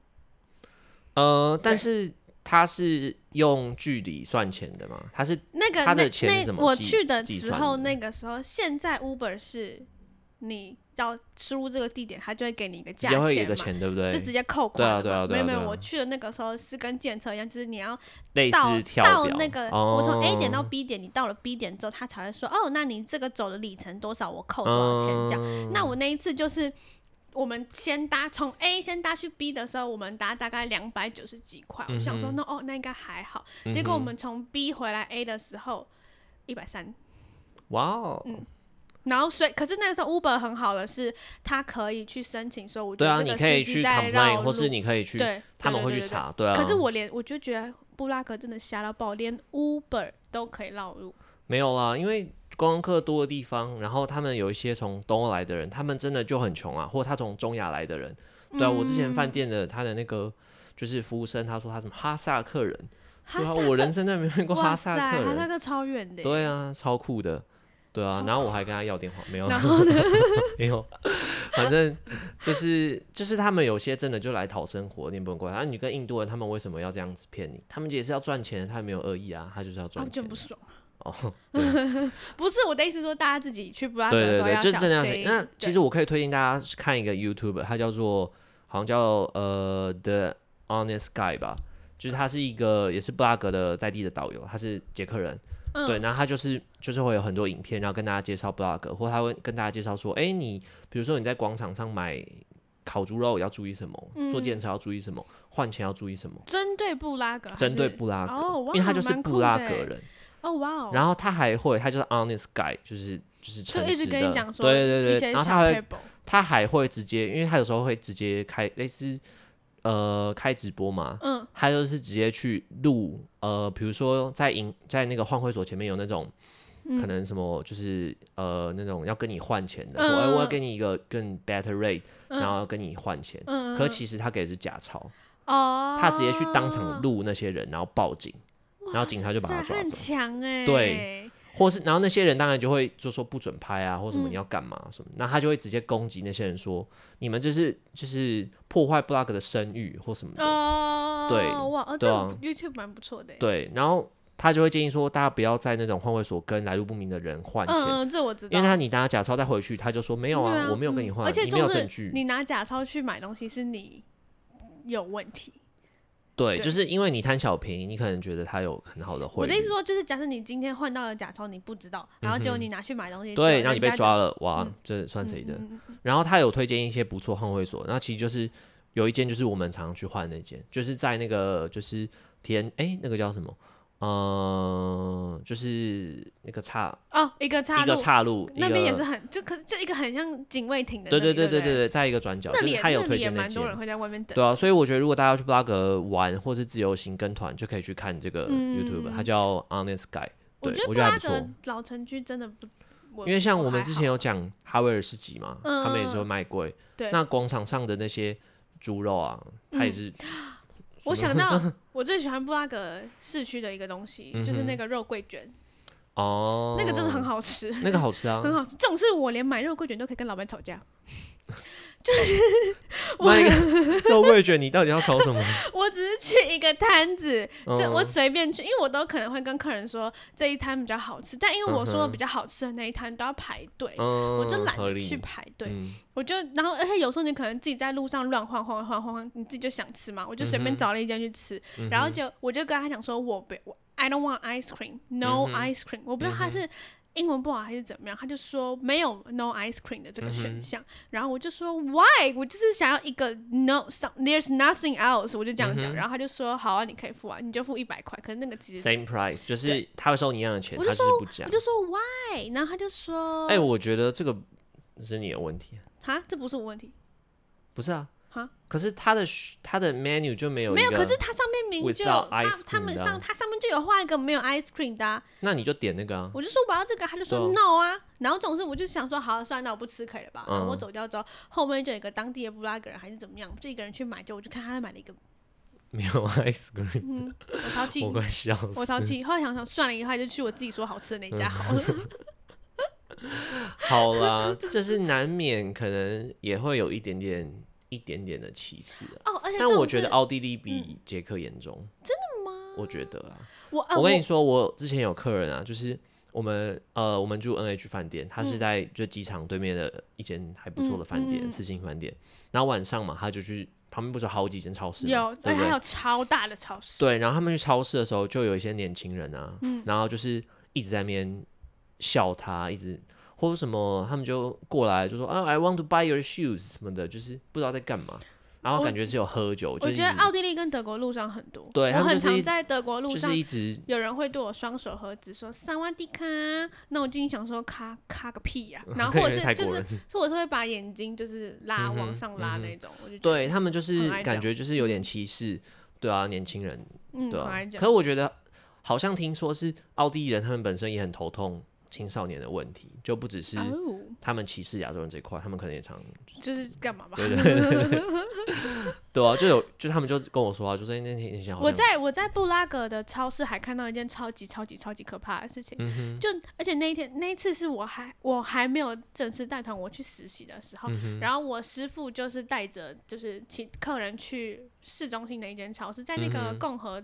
Speaker 1: 呃，但
Speaker 2: 对
Speaker 1: 是他是用距离算钱的嘛，他是
Speaker 2: 那个
Speaker 1: 它的
Speaker 2: 那
Speaker 1: 钱是
Speaker 2: 那
Speaker 1: 怎么
Speaker 2: 我
Speaker 1: 计
Speaker 2: 去的
Speaker 1: 计
Speaker 2: 时
Speaker 1: 算
Speaker 2: 候，
Speaker 1: 的
Speaker 2: 那个时候现在 Uber 是你要输入这个地点，它就会给你一个
Speaker 1: 直
Speaker 2: 价
Speaker 1: 接会有一个
Speaker 2: 钱嘛。
Speaker 1: 钱，对不对？
Speaker 2: 就直接扣
Speaker 1: 对
Speaker 2: 款
Speaker 1: 啊
Speaker 2: 了
Speaker 1: 对啊
Speaker 2: 嘛
Speaker 1: 对
Speaker 2: 没有
Speaker 1: 啊
Speaker 2: 没有，
Speaker 1: 对啊
Speaker 2: 我去的那个时候是跟建车一样，就是你要
Speaker 1: 类
Speaker 2: 到
Speaker 1: 似跳
Speaker 2: 到
Speaker 1: 表
Speaker 2: 那个，
Speaker 1: 哦、
Speaker 2: 我从 A 点到 B 点，你到了 B 点之后，他才会说，哦，那你这个走的里程多少，我扣多少钱这样。
Speaker 1: 样
Speaker 2: 那我那一次就是，我们先搭从 A 先搭去 B 的时候，我们搭大概两百九十几块，我想说
Speaker 1: 嗯哼
Speaker 2: 那哦那应该还好。
Speaker 1: 嗯
Speaker 2: 结果我
Speaker 1: 哼
Speaker 2: 们从 B 回来 A 的时候一百三，
Speaker 1: 哇哦，
Speaker 2: 嗯然后所以可是那个时候 Uber 很好的是，它可以去申请说，我觉
Speaker 1: 对啊，
Speaker 2: 得
Speaker 1: 你
Speaker 2: 这
Speaker 1: 可
Speaker 2: 个司
Speaker 1: 以
Speaker 2: 机
Speaker 1: 去
Speaker 2: 在绕
Speaker 1: complain，
Speaker 2: 路，
Speaker 1: 或是你可以去，
Speaker 2: 对，
Speaker 1: 他
Speaker 2: 对
Speaker 1: 们
Speaker 2: 对
Speaker 1: 会
Speaker 2: 对
Speaker 1: 去
Speaker 2: 对
Speaker 1: 查，对啊。
Speaker 2: 可是我连我就觉得布拉格真的瞎到爆，连 Uber 都可以绕路。
Speaker 1: 没有啦，因为观光客多的地方，然后他们有一些从东欧来的人，他们真的就很穷啊，或他从中亚来的人，对啊，我之
Speaker 2: 嗯
Speaker 1: 前饭店的他的那个就是服务生，他说他什么哈萨克人，
Speaker 2: 哈
Speaker 1: 对啊，
Speaker 2: 萨
Speaker 1: 我
Speaker 2: 克
Speaker 1: 人生都没有遇过
Speaker 2: 哇
Speaker 1: 哈
Speaker 2: 塞，
Speaker 1: 萨克
Speaker 2: 哈萨
Speaker 1: 人，
Speaker 2: 克超远的耶，
Speaker 1: 对啊，超酷的，对啊
Speaker 2: 超，
Speaker 1: 然后我还跟他要电话，没有啦，
Speaker 2: 然后呢，
Speaker 1: 没有，反正就是就是他们有些真的就来讨生活，你也不能怪他。啊你跟印度人他们为什么要这样子骗你？他们也是要赚钱，他也没有恶意啊，他就是要
Speaker 2: 啊
Speaker 1: 赚钱
Speaker 2: 真。不爽。
Speaker 1: 哦，
Speaker 2: 不是我的意思，说大家自己去布拉格
Speaker 1: 对
Speaker 2: 的
Speaker 1: 对
Speaker 2: 时候
Speaker 1: 对，
Speaker 2: 要
Speaker 1: 就
Speaker 2: 小
Speaker 1: 这样
Speaker 2: 心。
Speaker 1: 那其
Speaker 2: 对
Speaker 1: 实我可以推荐大家去看一个 YouTube，它叫做好像叫呃 The Honest Guy 吧，就是他是一个也是布拉格的在地的导游，他是捷克人。
Speaker 2: 嗯
Speaker 1: 对，然后他就是就是会有很多影片，然后跟大家介绍布拉格，或他会跟大家介绍说，哎，你比如说你在广场上买烤猪肉要注意什么，
Speaker 2: 嗯
Speaker 1: 坐电车要注意什么，换钱要注意什么，
Speaker 2: 针啊对布拉格还是，
Speaker 1: 针对布拉格，
Speaker 2: 哦哇
Speaker 1: 因为他就是
Speaker 2: 蛮酷
Speaker 1: 布拉
Speaker 2: 的
Speaker 1: 格
Speaker 2: 欸
Speaker 1: 人。
Speaker 2: 哦哇哦，
Speaker 1: 然后他还会，他就是 honest guy，就是就是
Speaker 2: 就
Speaker 1: 诚
Speaker 2: 一
Speaker 1: 实
Speaker 2: 直跟
Speaker 1: 的
Speaker 2: 你讲说
Speaker 1: 对对
Speaker 2: 一
Speaker 1: 对，
Speaker 2: 些
Speaker 1: 然后
Speaker 2: 小
Speaker 1: 他会
Speaker 2: p a
Speaker 1: 他还会直接，因为他有时候会直接开类似呃开直播嘛，
Speaker 2: 嗯，
Speaker 1: 他就是直接去录呃，比如说在银在那个换汇所前面有那种。
Speaker 2: 嗯
Speaker 1: 可能什么就是呃那种要跟你换钱的，说哎、
Speaker 2: 嗯嗯
Speaker 1: 我要
Speaker 2: 嗯
Speaker 1: 给你一个更 better rate，、
Speaker 2: 嗯
Speaker 1: 然后要跟你换钱。
Speaker 2: 嗯，
Speaker 1: 可
Speaker 2: 嗯
Speaker 1: 其实他给的是假钞，
Speaker 2: 哦，
Speaker 1: 他直接去当场录那些人，然后报警，
Speaker 2: 哇塞，
Speaker 1: 然后警察就把他抓
Speaker 2: 很
Speaker 1: 走
Speaker 2: 强哎、
Speaker 1: 对，或是然后那些人当然就会就说不准拍啊，或什么
Speaker 2: 嗯
Speaker 1: 你要干嘛、什么，那他就会直接攻击那些人说你们这是就是破坏布拉格的声誉或什么的，
Speaker 2: 哦，
Speaker 1: 对
Speaker 2: 哇，哦，这
Speaker 1: 对
Speaker 2: 个
Speaker 1: 啊
Speaker 2: YouTube 蛮不错的、欸，
Speaker 1: 对，然后他就会建议说大家不要在那种换位所跟来路不明的人换钱，
Speaker 2: 嗯嗯，这我知道，
Speaker 1: 因为他你拿假钞再回去，他就说没有啊，我没有跟你
Speaker 2: 嗯
Speaker 1: 换，
Speaker 2: 而且
Speaker 1: 你没有
Speaker 2: 重
Speaker 1: 证
Speaker 2: 点
Speaker 1: 据
Speaker 2: 是，你拿假钞去买东西是你有问题。
Speaker 1: 对，
Speaker 2: 对
Speaker 1: 就是因为你贪小便宜，你可能觉得他有很好的汇
Speaker 2: 我
Speaker 1: 率
Speaker 2: 的意思说，就是假设你今天换到了假钞，你不知道，然后结果
Speaker 1: 嗯哼
Speaker 2: 你拿去买东
Speaker 1: 对，
Speaker 2: 西，结果人
Speaker 1: 然后你被
Speaker 2: 家就
Speaker 1: 抓了，哇，
Speaker 2: 嗯
Speaker 1: 这算谁的？
Speaker 2: 嗯嗯嗯
Speaker 1: 然后他有推荐一些不错换汇所，那其实就是有一间就是我们常去换那间，就是在那个就是田哎、那个叫什么？呃，就是那个岔
Speaker 2: 哦，一个岔
Speaker 1: 一个
Speaker 2: 路，
Speaker 1: 岔路，
Speaker 2: 那
Speaker 1: 一
Speaker 2: 边也
Speaker 1: 个
Speaker 2: 是很，就可是就一个很像警卫亭的那
Speaker 1: 对
Speaker 2: 里，
Speaker 1: 对对对
Speaker 2: 对不
Speaker 1: 对，对，在一个转角，
Speaker 2: 那
Speaker 1: 就
Speaker 2: 里
Speaker 1: 是
Speaker 2: 也
Speaker 1: 他有
Speaker 2: 那
Speaker 1: 推
Speaker 2: 里也
Speaker 1: 荐那
Speaker 2: 蛮多人
Speaker 1: 间。
Speaker 2: 会在外面等，
Speaker 1: 对啊，所以我觉得如果大家要去布拉格玩或是自由行跟团，就可以去看这个
Speaker 2: 嗯
Speaker 1: YouTube，、它叫 Honest Guy。
Speaker 2: 我
Speaker 1: 对
Speaker 2: 觉得
Speaker 1: 我
Speaker 2: 布
Speaker 1: 觉得还
Speaker 2: 拉
Speaker 1: 不
Speaker 2: 格
Speaker 1: 错
Speaker 2: 老城区真的不，
Speaker 1: 因为像我们
Speaker 2: 还
Speaker 1: 之
Speaker 2: 好
Speaker 1: 前有讲哈维尔市集嘛，
Speaker 2: 嗯
Speaker 1: 他们也是
Speaker 2: 嗯
Speaker 1: 会卖贵。
Speaker 2: 对
Speaker 1: 那广场上的那些猪肉啊，它也
Speaker 2: 嗯
Speaker 1: 是
Speaker 2: 我想到 我最喜欢布拉格市区的一个东西，就是
Speaker 1: 嗯
Speaker 2: 那
Speaker 1: 哼
Speaker 2: 个肉桂卷，
Speaker 1: 哦，
Speaker 2: 那个真的很好吃，
Speaker 1: 那个好吃啊，
Speaker 2: 很好吃。这种事我连买肉桂卷都可以跟老板 吵架， 我
Speaker 1: 卖一 个肉桂卷，你到底要炒什么？
Speaker 2: 我只是去一个摊子， 就
Speaker 1: 嗯
Speaker 2: 我随便去，因为我都可能会跟客人说这一摊比较好吃，但因为我说
Speaker 1: 嗯
Speaker 2: 的
Speaker 1: 哼
Speaker 2: 比较好吃的那一摊都要排队。
Speaker 1: 嗯
Speaker 2: 我就懒
Speaker 1: 合
Speaker 2: 得
Speaker 1: 理
Speaker 2: 去排队，
Speaker 1: 嗯
Speaker 2: 我就然后而且有时候你可能自己在路上乱晃晃晃晃晃，你自己就想吃嘛，我就随
Speaker 1: 嗯
Speaker 2: 便
Speaker 1: 哼
Speaker 2: 找了一间去吃，
Speaker 1: 嗯
Speaker 2: 然后
Speaker 1: 哼
Speaker 2: 就我就跟他讲说，我不我 I don't want ice cream, no
Speaker 1: 嗯哼
Speaker 2: ice cream、我不知道他
Speaker 1: 嗯哼
Speaker 2: 是英文不好还是怎么样，他就说没有 no ice cream 的这
Speaker 1: 嗯
Speaker 2: 个选项。然后我就说 why？我就是想要一个 no some, there's nothing else，我就这样讲。
Speaker 1: 嗯哼
Speaker 2: 然后他就说好啊，你可以付啊，你就付一百块。可是那个其实
Speaker 1: same price，就是
Speaker 2: 对
Speaker 1: 他会收你一样的钱，
Speaker 2: 我
Speaker 1: 他就
Speaker 2: 就
Speaker 1: 是不
Speaker 2: 我
Speaker 1: 加
Speaker 2: 就。说 why？然后他就说
Speaker 1: 哎，我觉得这个是你的问题，啊
Speaker 2: 哈，这不是我问题。
Speaker 1: 不是啊
Speaker 2: 哈？
Speaker 1: 可是他的他的 menu 就没有
Speaker 2: 没有，
Speaker 1: 一个
Speaker 2: 可是它上面明就
Speaker 1: without
Speaker 2: 他
Speaker 1: ice
Speaker 2: 他
Speaker 1: cream
Speaker 2: 们
Speaker 1: 的啊
Speaker 2: 上它上面就有画一个没有 ice cream 的、啊，
Speaker 1: 那你就点那个啊。
Speaker 2: 我就说我要这个，他就说
Speaker 1: 对啊
Speaker 2: no 啊。然后这种事我就想说，好，算了，那我不吃可以了吧？
Speaker 1: 嗯
Speaker 2: 然后我走掉之后，后面就有一个当地的布拉格人还是怎么样，就一个人去买，就我就看他买了一个，
Speaker 1: 没有 ice cream，
Speaker 2: 嗯，我超气
Speaker 1: 我，快笑
Speaker 2: 我
Speaker 1: 死。
Speaker 2: 超气。后来想想算了，以后还是去我自己说好吃的那一家好了。
Speaker 1: 好啦，就是难免可能也会有一点点一点点的歧视啊。
Speaker 2: 哦，而且
Speaker 1: 但
Speaker 2: 这种嗯
Speaker 1: 我觉得
Speaker 2: 是
Speaker 1: 奥地利比捷克严重，真的吗？我觉得啦。
Speaker 2: 我啊
Speaker 1: 我
Speaker 2: 我
Speaker 1: 跟你说，我之前有客人啊，就是我们呃，我们住 NH 饭店，他是在就机场对面的一间还不错的饭
Speaker 2: 嗯嗯嗯嗯
Speaker 1: 店，
Speaker 2: 嗯
Speaker 1: 四星饭店。然后晚上嘛，他就去旁边不是有好几间超市嘛，
Speaker 2: 有，
Speaker 1: 对不
Speaker 2: 而且还
Speaker 1: 对？
Speaker 2: 有超大的超市，
Speaker 1: 对，然后他们去超市的时候，就有一些年轻人啊，
Speaker 2: 嗯
Speaker 1: 然后就是一直在那边笑他，一直或者什么，他们就过来就说啊，I want to buy your shoes 什么的，就是不知道在干嘛。然后
Speaker 2: 我
Speaker 1: 感觉是有喝酒，
Speaker 2: 我
Speaker 1: 就是
Speaker 2: 觉
Speaker 1: 一
Speaker 2: 得
Speaker 1: 直
Speaker 2: 奥地利跟德国路上很多，
Speaker 1: 对
Speaker 2: 我
Speaker 1: 他们
Speaker 2: 很
Speaker 1: 就是
Speaker 2: 常
Speaker 1: 一
Speaker 2: 在德国路
Speaker 1: 就
Speaker 2: 上
Speaker 1: 是一直
Speaker 2: 有人会对我双手合十说“萨瓦迪卡”，那我就心想说“咔咔个屁 呀、然后或者
Speaker 1: 泰
Speaker 2: 是就
Speaker 1: 国
Speaker 2: 是
Speaker 1: 人，
Speaker 2: 或者是会把眼睛就是拉
Speaker 1: 嗯哼
Speaker 2: 往上拉
Speaker 1: 嗯哼
Speaker 2: 那种，我就觉得
Speaker 1: 对他们就是
Speaker 2: 很爱
Speaker 1: 感
Speaker 2: 讲
Speaker 1: 觉就是有点歧视，对啊，年轻人，
Speaker 2: 嗯，
Speaker 1: 对
Speaker 2: 很
Speaker 1: 啊
Speaker 2: 爱。讲
Speaker 1: 可我觉得好像听说是奥地利人，他们本身也很头痛青少年的问题，就不只是
Speaker 2: 哦，
Speaker 1: 他们歧视亚洲人这一块，他们可能也 常
Speaker 2: 就是干嘛吧？
Speaker 1: 对 对对对对对啊，就有就他们就跟我说啊，就是那天那天好像
Speaker 2: 我在我在布拉格的超市还看到一件超级超级超级可怕的事情，
Speaker 1: 嗯
Speaker 2: 就而且那一天那一次是我还我还没有正式带团，我去实习的时候，
Speaker 1: 嗯
Speaker 2: 然后我师傅就是带着就是请客人去市中心的一间超市，在那
Speaker 1: 嗯
Speaker 2: 个共和、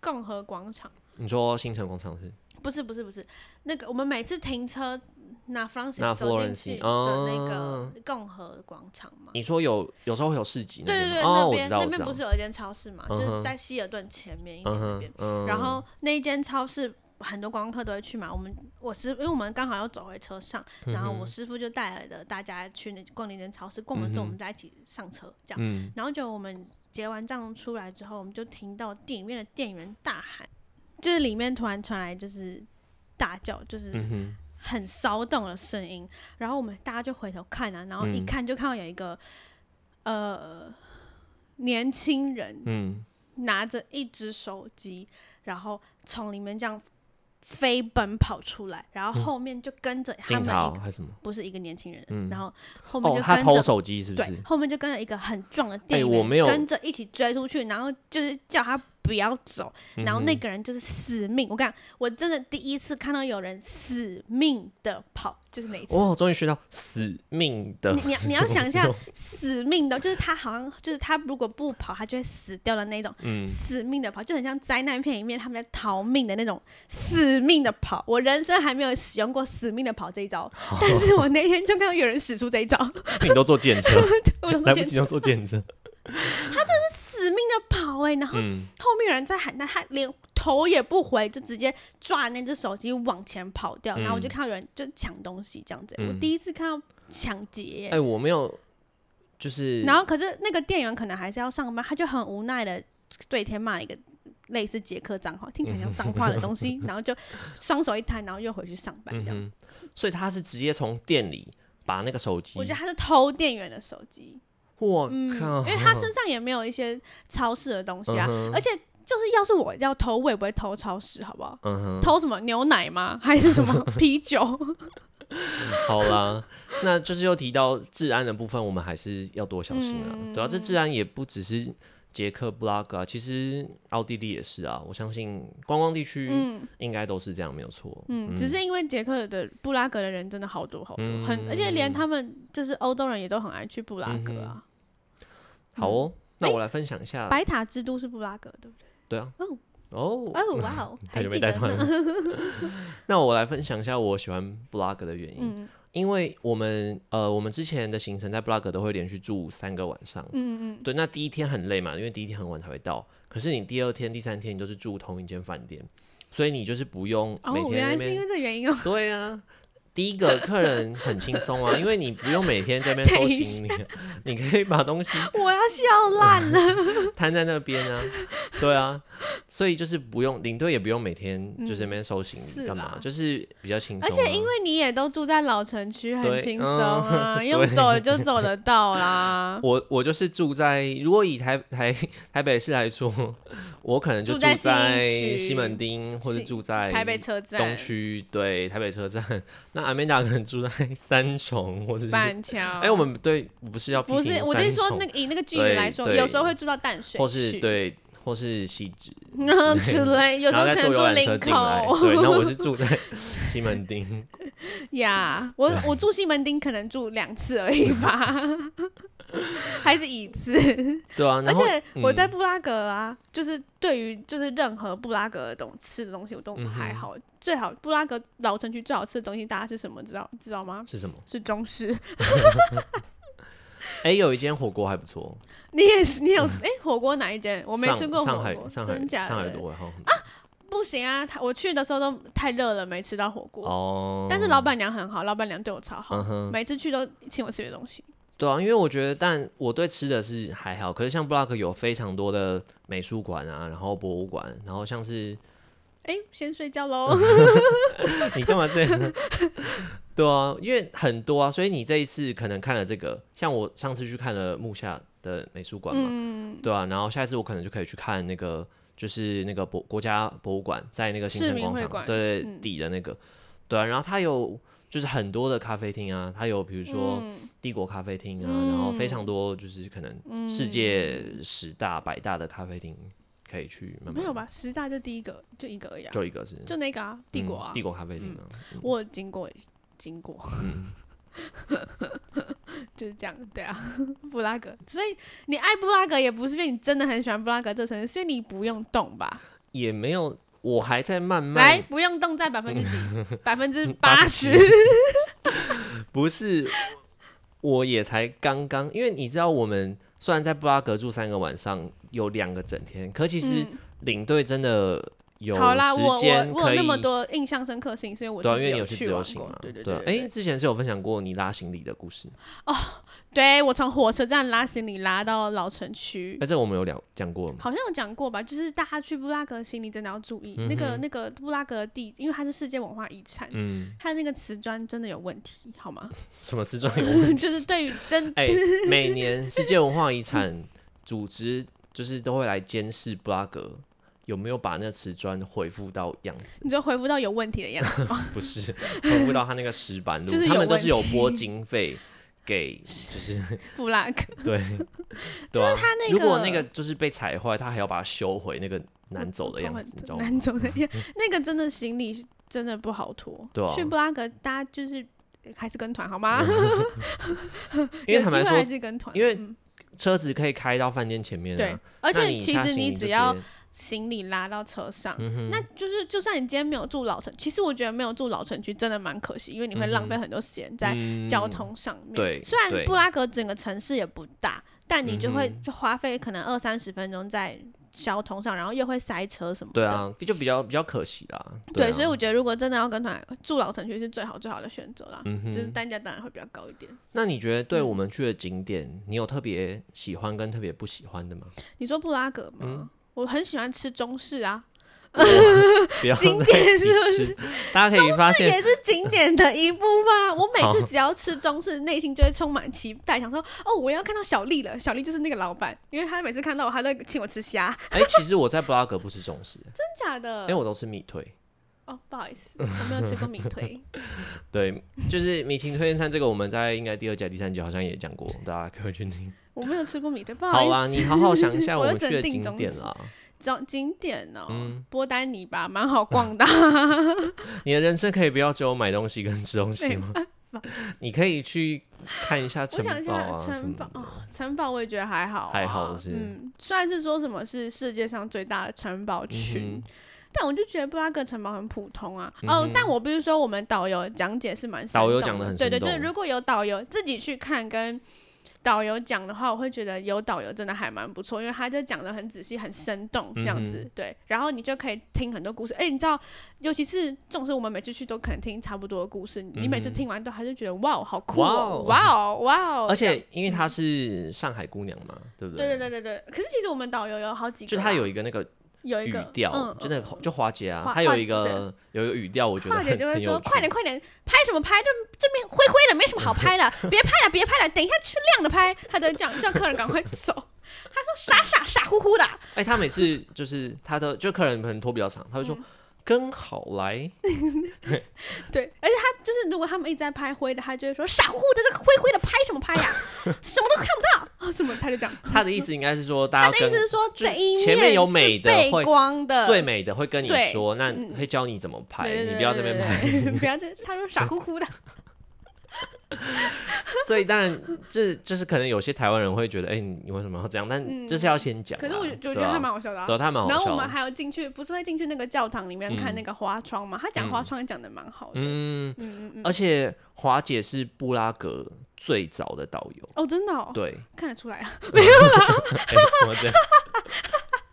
Speaker 2: 共和广场，
Speaker 1: 你说新城广场是
Speaker 2: 不是不是不是那个我们每次停车拿 Francis
Speaker 1: 拿
Speaker 2: 走进
Speaker 1: Florence，
Speaker 2: 去的那个
Speaker 1: 哦
Speaker 2: 共和广场嘛。
Speaker 1: 你说有有时候会有市集那
Speaker 2: 对
Speaker 1: 边
Speaker 2: 对
Speaker 1: 吗，
Speaker 2: 对，
Speaker 1: 哦，
Speaker 2: 那
Speaker 1: 我
Speaker 2: 边
Speaker 1: 知道我
Speaker 2: 那
Speaker 1: 知
Speaker 2: 边
Speaker 1: 道
Speaker 2: 不是有一间超市嘛，就
Speaker 1: 嗯
Speaker 2: 是
Speaker 1: 哼
Speaker 2: 在希尔顿前面一点
Speaker 1: 嗯
Speaker 2: 那边
Speaker 1: 哼。嗯，
Speaker 2: 然后那一间超市很多观光客都会去嘛，我们我师因为我们刚好要走回车上，
Speaker 1: 嗯
Speaker 2: 然后我师傅就带了大家去那逛那间超市，逛完之后我们再一起上车这样，
Speaker 1: 嗯
Speaker 2: 然后就我们结完账出来之后，我们就听到店里面的店员大喊，就是里面突然传来就是大叫，就是
Speaker 1: 嗯哼
Speaker 2: 很骚动的声音，然后我们大家就回头看啊，然后一
Speaker 1: 嗯
Speaker 2: 看就看到有一个、呃年轻人，
Speaker 1: 嗯，
Speaker 2: 拿着一只手机，然后从里面这样飞奔跑出来，然后后面就跟着他
Speaker 1: 嗯警
Speaker 2: 们
Speaker 1: 察
Speaker 2: 一
Speaker 1: 哦
Speaker 2: 个、
Speaker 1: 还是什么？
Speaker 2: 不是一个年轻人，
Speaker 1: 嗯
Speaker 2: 然后后面
Speaker 1: 哦
Speaker 2: 就，
Speaker 1: 他
Speaker 2: 跟着、
Speaker 1: 偷手机是不
Speaker 2: 对
Speaker 1: 是，？哎
Speaker 2: 后面就跟着一个很壮的店
Speaker 1: 我
Speaker 2: 员、
Speaker 1: 没有
Speaker 2: 跟着一起追出去，然后就是叫他不要走，
Speaker 1: 嗯
Speaker 2: 然后那个人就是死命。我跟你讲，我真的第一次看到有人死命的跑，就是那一次。
Speaker 1: 哇，哦终于学到死命的
Speaker 2: 你你要你要
Speaker 1: 这种
Speaker 2: 想象
Speaker 1: 用
Speaker 2: 死命的，就是他好像就是他如果不跑，他就会死掉的那种，
Speaker 1: 嗯
Speaker 2: 死命的跑，就很像灾难片里面他们在逃命的那种死命的跑。我人生还没有使用过死命的跑这 一招，但是我那天就看到有人使出这一招，
Speaker 1: 你都坐电车，
Speaker 2: 我
Speaker 1: 来
Speaker 2: 想说
Speaker 1: 不
Speaker 2: 简
Speaker 1: 及
Speaker 2: 直
Speaker 1: 都坐电 车。
Speaker 2: 死命的跑哎、然后
Speaker 1: 嗯，
Speaker 2: 后面有人在喊他，他连头也不回，就直接抓那只手机往前跑掉，然后我就
Speaker 1: 嗯
Speaker 2: 看到有人就抢东西这样子欸、我
Speaker 1: 嗯
Speaker 2: 第一次看到抢劫、欸
Speaker 1: 哎，我没有，就是
Speaker 2: 然后可是那个店员可能还是要上班，他就很无奈的对天骂了一个类似捷克脏话，听起来像脏话的 东西，然后就双手一摊，然后又回去上班
Speaker 1: 嗯
Speaker 2: 这样。
Speaker 1: 哼，所以他是直接从店里把那个手机，
Speaker 2: 我觉得他是偷店员的手机，
Speaker 1: 我
Speaker 2: 嗯，
Speaker 1: 靠，
Speaker 2: 因为他身上也没有一些超市的东西啊，
Speaker 1: 嗯哼
Speaker 2: 而且就是要是我要偷，我也不会偷超市，好不好？
Speaker 1: 嗯哼，
Speaker 2: 偷什么牛奶吗？ 还是什 么啤酒？
Speaker 1: 好啦， 那就是又提到治安的部分，我们还是要多小心啊。
Speaker 2: 嗯
Speaker 1: 对啊，这治安也不只是捷克布拉格啊，其实奥地利也是啊。我相信观光地区
Speaker 2: 嗯
Speaker 1: 应该都是这样，没有错。
Speaker 2: 嗯，只是因为捷克的布拉格的人真的好多好多，
Speaker 1: 嗯
Speaker 2: 很而且连他们就是欧洲人也都很爱去布拉格啊。
Speaker 1: 嗯好哦，
Speaker 2: 嗯
Speaker 1: 那我来分享一下。
Speaker 2: 白塔之都是布拉格，对不对？
Speaker 1: 对啊
Speaker 2: 哦，
Speaker 1: 哦，
Speaker 2: 哦，哇 哦，
Speaker 1: 太
Speaker 2: 还
Speaker 1: 久没
Speaker 2: 记
Speaker 1: 带
Speaker 2: 得
Speaker 1: 团
Speaker 2: 呢。
Speaker 1: 了。 那我来分享一下我喜欢布拉格的原因，
Speaker 2: 嗯
Speaker 1: 因为我们呃，我们之前的行程在布拉格都会连续住三个晚上。
Speaker 2: 嗯嗯
Speaker 1: 对，那第一天很累嘛，因为第一天很晚才会到。可是你第二天、第三天，你都是住同一间饭店，所以你就是不用
Speaker 2: 嗯。
Speaker 1: 每
Speaker 2: 哦，
Speaker 1: 天
Speaker 2: 原
Speaker 1: 在
Speaker 2: 来
Speaker 1: 那
Speaker 2: 是因
Speaker 1: 边。
Speaker 2: 为这 原因哦。
Speaker 1: 对啊，第一个客人很轻松啊，因为你不用每天在那边收
Speaker 2: 等一
Speaker 1: 行李啊，你可以把东西
Speaker 2: 我要笑 烂了。
Speaker 1: 摊在那边 啊。对啊，所以就是不用领队也不用每天就是在那边收行
Speaker 2: 嗯是
Speaker 1: 李干嘛，
Speaker 2: 啦
Speaker 1: 就是比较轻松啊、
Speaker 2: 而且因为你也都住在老城区，很
Speaker 1: 对
Speaker 2: 轻松啊，
Speaker 1: 嗯
Speaker 2: 用
Speaker 1: 对
Speaker 2: 走就走得到 啦。
Speaker 1: 我我就是住在，如果以台 台台北市来说， 我可能就
Speaker 2: 住
Speaker 1: 住
Speaker 2: 在
Speaker 1: 在
Speaker 2: 信义区
Speaker 1: 西门町，或者
Speaker 2: 信
Speaker 1: 住在
Speaker 2: 台北车站、
Speaker 1: 哎东区，对，台北车站。 那阿美达可能住在三重，或者是哎、
Speaker 2: 板桥。
Speaker 1: 我们对不是要批
Speaker 2: 不是，
Speaker 1: 评
Speaker 2: 我就
Speaker 1: 三
Speaker 2: 是说
Speaker 1: 重
Speaker 2: 那个以那个距离
Speaker 1: 对
Speaker 2: 来说，
Speaker 1: 对
Speaker 2: 有时候会住到淡水
Speaker 1: 或是
Speaker 2: 去，
Speaker 1: 对，或是西直，
Speaker 2: 然后 之类，有时
Speaker 1: 然后
Speaker 2: 候可
Speaker 1: 再坐
Speaker 2: 能住
Speaker 1: 游览车
Speaker 2: 林
Speaker 1: 进来。
Speaker 2: 口
Speaker 1: 对，那我是住在 西门町，
Speaker 2: 呀。我我住西门町可能住两次而已吧， 还是一次。
Speaker 1: 对啊。
Speaker 2: 而
Speaker 1: 然后
Speaker 2: 且我在布拉格啊，就是对于就是任何布拉格的东吃的东西我都还好，
Speaker 1: 嗯
Speaker 2: 最好布拉格老城区最好吃的东西大家是什么？知道知道吗？
Speaker 1: 是什么？
Speaker 2: 是中式。
Speaker 1: 哎、有一间火锅还不错，
Speaker 2: 你也是，你有哎、火锅哪一间？我没
Speaker 1: 上
Speaker 2: 吃过火
Speaker 1: 嗯上海
Speaker 2: 锅，
Speaker 1: 上海
Speaker 2: 真假
Speaker 1: 上海
Speaker 2: 的？
Speaker 1: 火锅
Speaker 2: 不行啊，他我去的时候都太热了，没吃到火锅。
Speaker 1: 哦，
Speaker 2: 但是老板娘很好，老板娘对我超好，
Speaker 1: 嗯哼。
Speaker 2: 每次去都请我吃别的东西。
Speaker 1: 对啊，因为我觉得，但我对吃的是还好，可是像布拉格有非常多的美术馆啊，然后博物馆，然后像是
Speaker 2: 哎、先睡 觉喽。
Speaker 1: 你干嘛这样 呢？对啊，因为很多啊，所以你这一次可能看了这个，像我上次去看了木下的美术馆嘛，
Speaker 2: 嗯
Speaker 1: 对啊，然后下一次我可能就可以去看那个，就是那个博国家博物馆在那个新
Speaker 2: 市
Speaker 1: 城
Speaker 2: 民
Speaker 1: 广
Speaker 2: 会
Speaker 1: 场
Speaker 2: 馆
Speaker 1: 对
Speaker 2: 嗯
Speaker 1: 底的那个，对啊，然后它有就是很多的咖啡厅啊，它有比如说
Speaker 2: 嗯
Speaker 1: 帝国咖啡厅啊，然后非常多就是可能世界十大、百大的咖啡厅可以去慢慢
Speaker 2: 没有吧？十大就第一个，就一个而已、啊，
Speaker 1: 就一个是
Speaker 2: 就那个啊，帝国啊，
Speaker 1: 嗯帝国嗯咖啡厅啊，
Speaker 2: 我有经过经过， 就是这样，对啊， 布拉格。所以你爱布拉格也不是因为你真的很喜欢布拉格这城市，所以你不用动吧？
Speaker 1: 也没有，我还在慢慢
Speaker 2: 来，不用动在百分之 几？百分之八十。
Speaker 1: 不是，我也才刚刚，因为你知道，我们虽然在布拉格住三个晚上，有两个整天，可其实
Speaker 2: 嗯
Speaker 1: 领队真的有
Speaker 2: 好啦，我
Speaker 1: 时
Speaker 2: 我
Speaker 1: 间
Speaker 2: 我
Speaker 1: 可
Speaker 2: 有
Speaker 1: 以
Speaker 2: 那。么多印象深刻性，所以我
Speaker 1: 对啊，
Speaker 2: 自
Speaker 1: 因
Speaker 2: 己
Speaker 1: 为你有去
Speaker 2: 去
Speaker 1: 自
Speaker 2: 玩
Speaker 1: 由行
Speaker 2: 过
Speaker 1: 嘛。，
Speaker 2: 对对
Speaker 1: 对啊
Speaker 2: 对。
Speaker 1: 哎、
Speaker 2: 对
Speaker 1: 之前是有分享过你拉行李的故事，
Speaker 2: 对我从火车站拉行李拉到老城区
Speaker 1: 哎、。这我们有聊讲过吗？
Speaker 2: 好像有讲过吧，就是大家去布拉格行李真的要注意，那个那个布拉格地，因为它是世界文化遗产，
Speaker 1: 嗯，
Speaker 2: 他那个瓷砖真的有问题，好吗？
Speaker 1: 什么时装有问题？
Speaker 2: 就是对于真，
Speaker 1: 哎、每年世界文化遗产组织就是都会来监视布拉格有没有把那瓷砖恢复到样子。
Speaker 2: 你就回复到有问题的样 子吗？
Speaker 1: 不是回复到他那个石板路，
Speaker 2: 就是
Speaker 1: 他
Speaker 2: 有
Speaker 1: 们都
Speaker 2: 问
Speaker 1: 是有
Speaker 2: 题
Speaker 1: 拨经费给， 就是
Speaker 2: 布拉格，
Speaker 1: 对，对啊。
Speaker 2: 他那
Speaker 1: 如
Speaker 2: 个
Speaker 1: 果那个就是被踩坏，他还要把它修回那个难走的样子，你知道吗？嗯
Speaker 2: 难走的样，那个真的行李是真的不好拖。
Speaker 1: 对啊
Speaker 2: 去布拉格大家就是还是跟团好吗？
Speaker 1: 因为
Speaker 2: 有
Speaker 1: 坦
Speaker 2: 机会
Speaker 1: 白
Speaker 2: 还
Speaker 1: 说，
Speaker 2: 是跟团，
Speaker 1: 因为
Speaker 2: 嗯
Speaker 1: 车子可以开到饭店前面
Speaker 2: 对
Speaker 1: 啊。，
Speaker 2: 而
Speaker 1: 那
Speaker 2: 且
Speaker 1: 你
Speaker 2: 其
Speaker 1: 下
Speaker 2: 实
Speaker 1: 行李
Speaker 2: 你
Speaker 1: 就嗯
Speaker 2: 只
Speaker 1: 直
Speaker 2: 要
Speaker 1: 接
Speaker 2: 行李拉到车上，那就是就算你今天没有住老城，其实我觉得没有住老城区真的蛮可惜，因为你会浪费很多时间在
Speaker 1: 嗯
Speaker 2: 交通上面。
Speaker 1: 对
Speaker 2: 虽然
Speaker 1: 对
Speaker 2: 布拉格整个城市也不大，但你就会
Speaker 1: 嗯哼
Speaker 2: 就花费可能二三十分钟在交通上，然后又会塞车什么的。
Speaker 1: 对，啊，就比较比较可惜啦。
Speaker 2: 对，
Speaker 1: 啊
Speaker 2: 所以我觉得如果真的要跟团，住老城区是最好最好的选择啦。
Speaker 1: 嗯
Speaker 2: 就是
Speaker 1: 哼，
Speaker 2: 单价当然会比较高一点。
Speaker 1: 那你觉得对
Speaker 2: 嗯
Speaker 1: 我们去的景点，你有特别喜欢跟特别不喜欢的 吗？
Speaker 2: 你说布拉格吗？
Speaker 1: 嗯
Speaker 2: 我很喜欢吃中式 啊，
Speaker 1: 不要
Speaker 2: 景
Speaker 1: 再提
Speaker 2: 点是不是
Speaker 1: 吃大家可以发现，
Speaker 2: 也是景点的一部 分。啊我每次
Speaker 1: 好
Speaker 2: 只要吃中式，内心就会充满期待，想说哦，我要看到小丽了。小丽就是那个老板，因为她每次看到我，她都请我吃虾，
Speaker 1: 哎、其实我在布拉格不吃中式，
Speaker 2: 真假
Speaker 1: 哎
Speaker 2: 的？
Speaker 1: 因为我都吃米腿。
Speaker 2: 哦，不好意思，我没有吃过米 腿。
Speaker 1: 对，就是米其林推荐餐这个，我们在应该第二届、第三届好像也讲过，大家可以回去听。
Speaker 2: 我没有吃过米 腿，不
Speaker 1: 好
Speaker 2: 意
Speaker 1: 啦，
Speaker 2: 思。
Speaker 1: 你好好想一下
Speaker 2: 我
Speaker 1: 我
Speaker 2: 又
Speaker 1: 们去
Speaker 2: 整
Speaker 1: 的
Speaker 2: 定
Speaker 1: 景
Speaker 2: 中
Speaker 1: 点
Speaker 2: 式
Speaker 1: 啦。
Speaker 2: 找景点哦，
Speaker 1: 嗯
Speaker 2: 波丹尼吧，蛮好逛的。啊
Speaker 1: 你的人生可以不要只有买东西跟吃东西
Speaker 2: 没
Speaker 1: 吗？你可以去看一下
Speaker 2: 我
Speaker 1: 城
Speaker 2: 想一
Speaker 1: 堡
Speaker 2: 下，
Speaker 1: 啊什
Speaker 2: 城
Speaker 1: 么
Speaker 2: 堡
Speaker 1: 的。
Speaker 2: 哦，城堡我也觉得还好、啊，
Speaker 1: 还好是
Speaker 2: 嗯，虽然是说什么是世界上最大的城
Speaker 1: 嗯
Speaker 2: 堡群，但我就觉得布拉格城堡很普通啊。哦，但我必须说，我们导游讲解是蛮生
Speaker 1: 嗯导游
Speaker 2: 动
Speaker 1: 讲得很
Speaker 2: 对对，
Speaker 1: 生
Speaker 2: 就是
Speaker 1: 动
Speaker 2: 如果有导游自己去看跟。导游讲的话，我会觉得有导游真的还蛮不错，因为他就讲的很仔细、很生动这样子，
Speaker 1: 嗯
Speaker 2: 对。然后你就可以听很多故事，哎、你知道，尤其是纵使我们每次去都可能听差不多的故事，你每次
Speaker 1: 嗯哼
Speaker 2: 听完都还是觉得哇，好酷、
Speaker 1: 哇
Speaker 2: 哦
Speaker 1: 哦，
Speaker 2: 哇哦，哇哦，
Speaker 1: 而且因为她是上海姑娘嘛，对不
Speaker 2: 对
Speaker 1: 对
Speaker 2: 对对对对，可是其实我们导游有好几个
Speaker 1: 就
Speaker 2: 啦，
Speaker 1: 她有一个那个
Speaker 2: 有一
Speaker 1: 语
Speaker 2: 个
Speaker 1: 调，
Speaker 2: 嗯，
Speaker 1: 就那个就花姐啊
Speaker 2: 花，
Speaker 1: 她有
Speaker 2: 花
Speaker 1: 一
Speaker 2: 姐
Speaker 1: 个有一个语调，我觉得
Speaker 2: 华姐
Speaker 1: 很
Speaker 2: 就会
Speaker 1: 很
Speaker 2: 说
Speaker 1: 有：“
Speaker 2: 快点
Speaker 1: 趣。
Speaker 2: 快点，拍什么拍？这这边灰灰的，没什么好拍的，别拍了别拍了，等一下去亮的拍。”她都这样叫客人赶快走。她说：“傻傻傻乎乎的，
Speaker 1: 哎，她每次就是她的就客人可能拖比较长，她会
Speaker 2: 嗯
Speaker 1: 说跟好 来。
Speaker 2: 对，而且她就是如果他们一直在拍灰的，她就会说傻乎乎的，这个灰灰的拍什么拍呀、什么都看不到，哦、什么她就这样。
Speaker 1: 他的意思应该是说，
Speaker 2: 她
Speaker 1: 大
Speaker 2: 的
Speaker 1: 家
Speaker 2: 意
Speaker 1: 跟
Speaker 2: 思是说
Speaker 1: 就
Speaker 2: 这一
Speaker 1: 前面有
Speaker 2: 是
Speaker 1: 美的
Speaker 2: 背
Speaker 1: 会
Speaker 2: 光的，
Speaker 1: 最美的会跟你
Speaker 2: 对
Speaker 1: 说，那
Speaker 2: 嗯
Speaker 1: 会教你怎么拍，
Speaker 2: 对对对
Speaker 1: 你不要这边
Speaker 2: 对
Speaker 1: 拍。
Speaker 2: 对对不要这，他说傻乎乎的。
Speaker 1: 所以当然，这就是可能有些台湾人会觉得，哎，你你为什么要这样？但
Speaker 2: 嗯
Speaker 1: 这是要先讲啦。
Speaker 2: 可是我就就觉
Speaker 1: 对
Speaker 2: 得
Speaker 1: 啊
Speaker 2: 还蛮好笑的、啊。
Speaker 1: 对啊，他蛮好
Speaker 2: 然后
Speaker 1: 笑
Speaker 2: 我们
Speaker 1: 的。
Speaker 2: 还有进去，不是会进去那个教堂里面
Speaker 1: 嗯
Speaker 2: 看那个花窗吗？他讲花窗讲的蛮好的。嗯
Speaker 1: 嗯，
Speaker 2: 嗯嗯。
Speaker 1: 而且华姐是布拉格最早的导游，
Speaker 2: 哦，真的哦，
Speaker 1: 对，
Speaker 2: 看得出来啊。
Speaker 1: 哎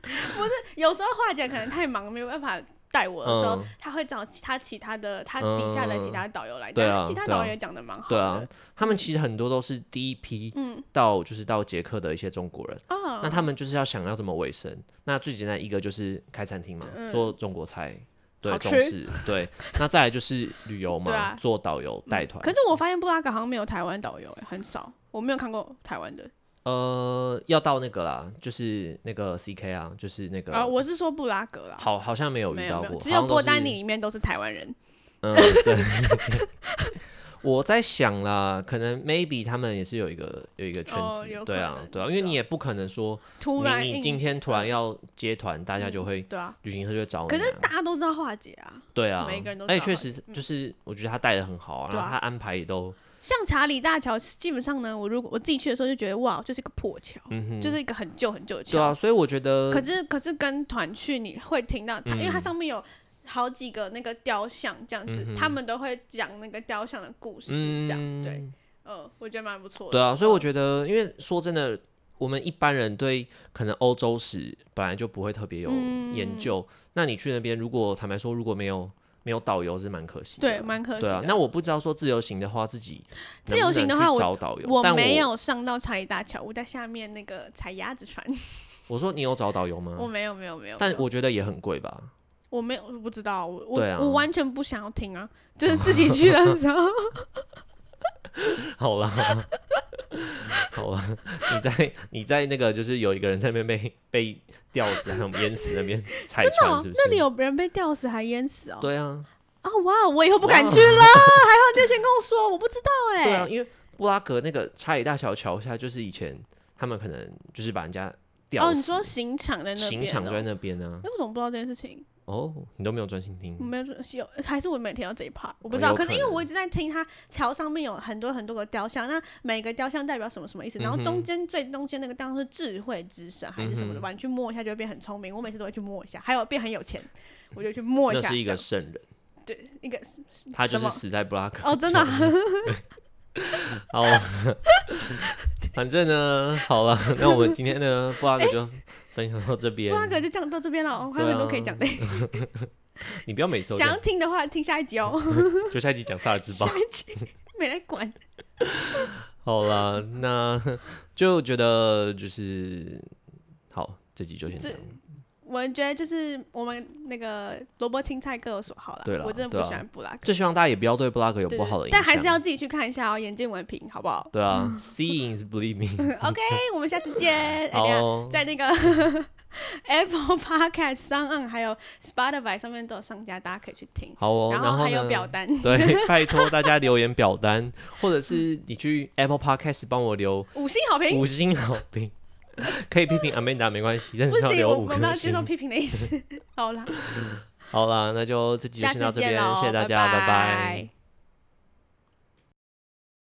Speaker 1: 怎么这样？
Speaker 2: 有时候华姐可能太忙，没有办法带我的时候
Speaker 1: 嗯，
Speaker 2: 她会找其他其他的，她底下的其他导游来讲。
Speaker 1: 对啊
Speaker 2: 其他
Speaker 1: 对啊
Speaker 2: 导游也讲的蛮好
Speaker 1: 对啊
Speaker 2: 的。，
Speaker 1: 他们其实很多都是第一批
Speaker 2: 嗯
Speaker 1: 到就是到捷克的一些中国人，
Speaker 2: 啊
Speaker 1: 那他们就是要想要怎么维生。那最简单一个就是开餐厅嘛，
Speaker 2: 嗯
Speaker 1: 做中国菜，对
Speaker 2: 好，
Speaker 1: 中
Speaker 2: 吃
Speaker 1: 式，对。 那再来就是旅游嘛，
Speaker 2: 对啊
Speaker 1: 做导游带团。
Speaker 2: 可是我发现布拉格好像没有台湾导游，哎，很少，我没有看过台湾的。
Speaker 1: 呃，要到那个啦，就是那个 CK 啊，就是那个，
Speaker 2: 啊，我是说布拉格啦。
Speaker 1: 好，好像没有
Speaker 2: 没
Speaker 1: 遇
Speaker 2: 有
Speaker 1: 到
Speaker 2: 没有，
Speaker 1: 过，
Speaker 2: 只
Speaker 1: 好
Speaker 2: 有
Speaker 1: 像都
Speaker 2: 波丹
Speaker 1: 是
Speaker 2: 尼里面都是台湾人。
Speaker 1: 嗯，对。 我在想啦，可能 maybe 他们也是有一个有一个圈
Speaker 2: 哦
Speaker 1: 子，
Speaker 2: 有
Speaker 1: 对
Speaker 2: 可
Speaker 1: 啊，
Speaker 2: 能
Speaker 1: 对啊，因为
Speaker 2: 对
Speaker 1: 你
Speaker 2: 啊
Speaker 1: 也不可能说
Speaker 2: 突然
Speaker 1: 你你
Speaker 2: 硬
Speaker 1: 今天突然
Speaker 2: 嗯
Speaker 1: 要接团，大家就会
Speaker 2: 对啊，
Speaker 1: 旅行社就会找你、啊。
Speaker 2: 可是大家都知道化解啊，
Speaker 1: 对啊，
Speaker 2: 每一个人都
Speaker 1: 而且
Speaker 2: 知道
Speaker 1: 确
Speaker 2: 嘛
Speaker 1: 实就是，我觉得他带的很好啊，
Speaker 2: 嗯对
Speaker 1: 然
Speaker 2: 啊
Speaker 1: 后他安排也都，
Speaker 2: 像查理大桥，基本上呢，我如果我自己去的时候就觉得哇，就是一个破桥，
Speaker 1: 嗯哼，
Speaker 2: 就是一个很旧很旧的桥。
Speaker 1: 对啊，所以我觉得，
Speaker 2: 可是可是跟团去你会听到它，因为它
Speaker 1: 嗯
Speaker 2: 上面有好几个那个雕像这样子，
Speaker 1: 嗯哼
Speaker 2: 他们都会讲那个雕像的故事，这样、
Speaker 1: 嗯，
Speaker 2: 对，嗯，我觉得蛮不错的。
Speaker 1: 对啊，所以我觉得，因为说真的，我们一般人对可能欧洲史本来就不会特别有研究，
Speaker 2: 嗯
Speaker 1: 那你去那边，如果坦白说，如果没有没有导游是蛮可惜的啦，
Speaker 2: 对蛮可惜
Speaker 1: 对啊
Speaker 2: 的。
Speaker 1: 那我不知道说自由行的话，自己
Speaker 2: 自由行的话
Speaker 1: 能不能去
Speaker 2: 我
Speaker 1: 找导游，
Speaker 2: 我
Speaker 1: 但
Speaker 2: 没。有上到查理大桥，我在下面那个踩鸭子船，
Speaker 1: 我说你有找导游吗？
Speaker 2: 我没有没有没有，
Speaker 1: 嗯但
Speaker 2: 没有
Speaker 1: 我觉得也很贵吧。
Speaker 2: 我没有我不知道，我我、
Speaker 1: 对啊
Speaker 2: 我完全不想要听啊，就是自己去的时 候，
Speaker 1: 好啦，好啦，你在你在那个就是有一个人在那边被被吊死，还有淹死那 边踩
Speaker 2: 真的、
Speaker 1: 船，
Speaker 2: 哦
Speaker 1: 是不是？
Speaker 2: 那里有人被吊死还淹死哦，
Speaker 1: 对啊，
Speaker 2: 啊哇，我以后不敢去 了，还好你有先跟我说，我不知道哎、
Speaker 1: 对啊，因为布拉格那个查理大桥桥下，就是以前他们可能就是把人家吊
Speaker 2: 哦，你
Speaker 1: 死，
Speaker 2: 说刑场在那边、哦，
Speaker 1: 刑场就在那边 啊
Speaker 2: 哎。，我怎么不知道这件事情？
Speaker 1: 哦，你都没有专心听
Speaker 2: 我，没有有，还是我每天要这一 part，我不
Speaker 1: 哦
Speaker 2: 知道。
Speaker 1: 有
Speaker 2: 可是
Speaker 1: 可
Speaker 2: 因为
Speaker 1: 能
Speaker 2: 我一直在听它桥上面有很多很多个雕像，那每个雕像代表什么什么意思？然后
Speaker 1: 嗯
Speaker 2: 中
Speaker 1: 哼
Speaker 2: 间最中间那个雕像是智慧之神还是什么的
Speaker 1: 嗯哼
Speaker 2: 吧？你去摸一下就会变很聪明。我每次都会去摸一下，还有变很有钱，我就去摸一
Speaker 1: 那
Speaker 2: 下。
Speaker 1: 是一个
Speaker 2: 这样
Speaker 1: 圣人，
Speaker 2: 对一个
Speaker 1: 他就
Speaker 2: 什
Speaker 1: 是
Speaker 2: 么
Speaker 1: 死在布拉格。
Speaker 2: 哦，真的啊、
Speaker 1: 好，反正呢，好了，那我们今天呢，布拉格就分享到这边
Speaker 2: 哎 布。拉格就讲到这边了，哦还有
Speaker 1: 对
Speaker 2: 很多可以
Speaker 1: 啊
Speaker 2: 讲的。
Speaker 1: 你不要每次都这
Speaker 2: 想
Speaker 1: 样
Speaker 2: 要听的话，听下一集 哦，
Speaker 1: 就下一集讲萨尔兹堡
Speaker 2: 下。一集没来管。
Speaker 1: 好啦，那就觉得就是好，这集就先这
Speaker 2: 这
Speaker 1: 样。
Speaker 2: 我觉得就是我们那个萝卜青菜各有所好啦。
Speaker 1: 对啦
Speaker 2: 我真的
Speaker 1: 对
Speaker 2: 不
Speaker 1: 啊
Speaker 2: 喜欢布拉格。
Speaker 1: 最希望大家也不要对布拉格有
Speaker 2: 对
Speaker 1: 不好的
Speaker 2: 对
Speaker 1: 影响，
Speaker 2: 但还是要自嗯己去看一下哦，眼见为凭，好不好
Speaker 1: 对啊，seeing is believing。
Speaker 2: ？OK，我们下次 见。 哎
Speaker 1: 好
Speaker 2: 等一下
Speaker 1: 哦，
Speaker 2: 在那个 Apple Podcast 上岸还有 Spotify 上面都有上架，大家可以去听。
Speaker 1: 好哦，
Speaker 2: 后还
Speaker 1: 呢
Speaker 2: 有表。单，
Speaker 1: 对，拜托大家留言表单，或者是你去 Apple Podcast 帮我留
Speaker 2: 五星好评。
Speaker 1: 五星好评，可以批评 Amanda 没关系，但
Speaker 2: 不
Speaker 1: 是要
Speaker 2: 行，
Speaker 1: 留
Speaker 2: 我
Speaker 1: 五
Speaker 2: 我们要
Speaker 1: 颗
Speaker 2: 接受
Speaker 1: 星。
Speaker 2: 批评的意思。好啦，
Speaker 1: 好啦，那就这集就
Speaker 2: 下
Speaker 1: 先到
Speaker 2: 次
Speaker 1: 这
Speaker 2: 见
Speaker 1: 边，
Speaker 2: 喽，
Speaker 1: 谢谢大家，拜
Speaker 2: 拜
Speaker 1: 拜。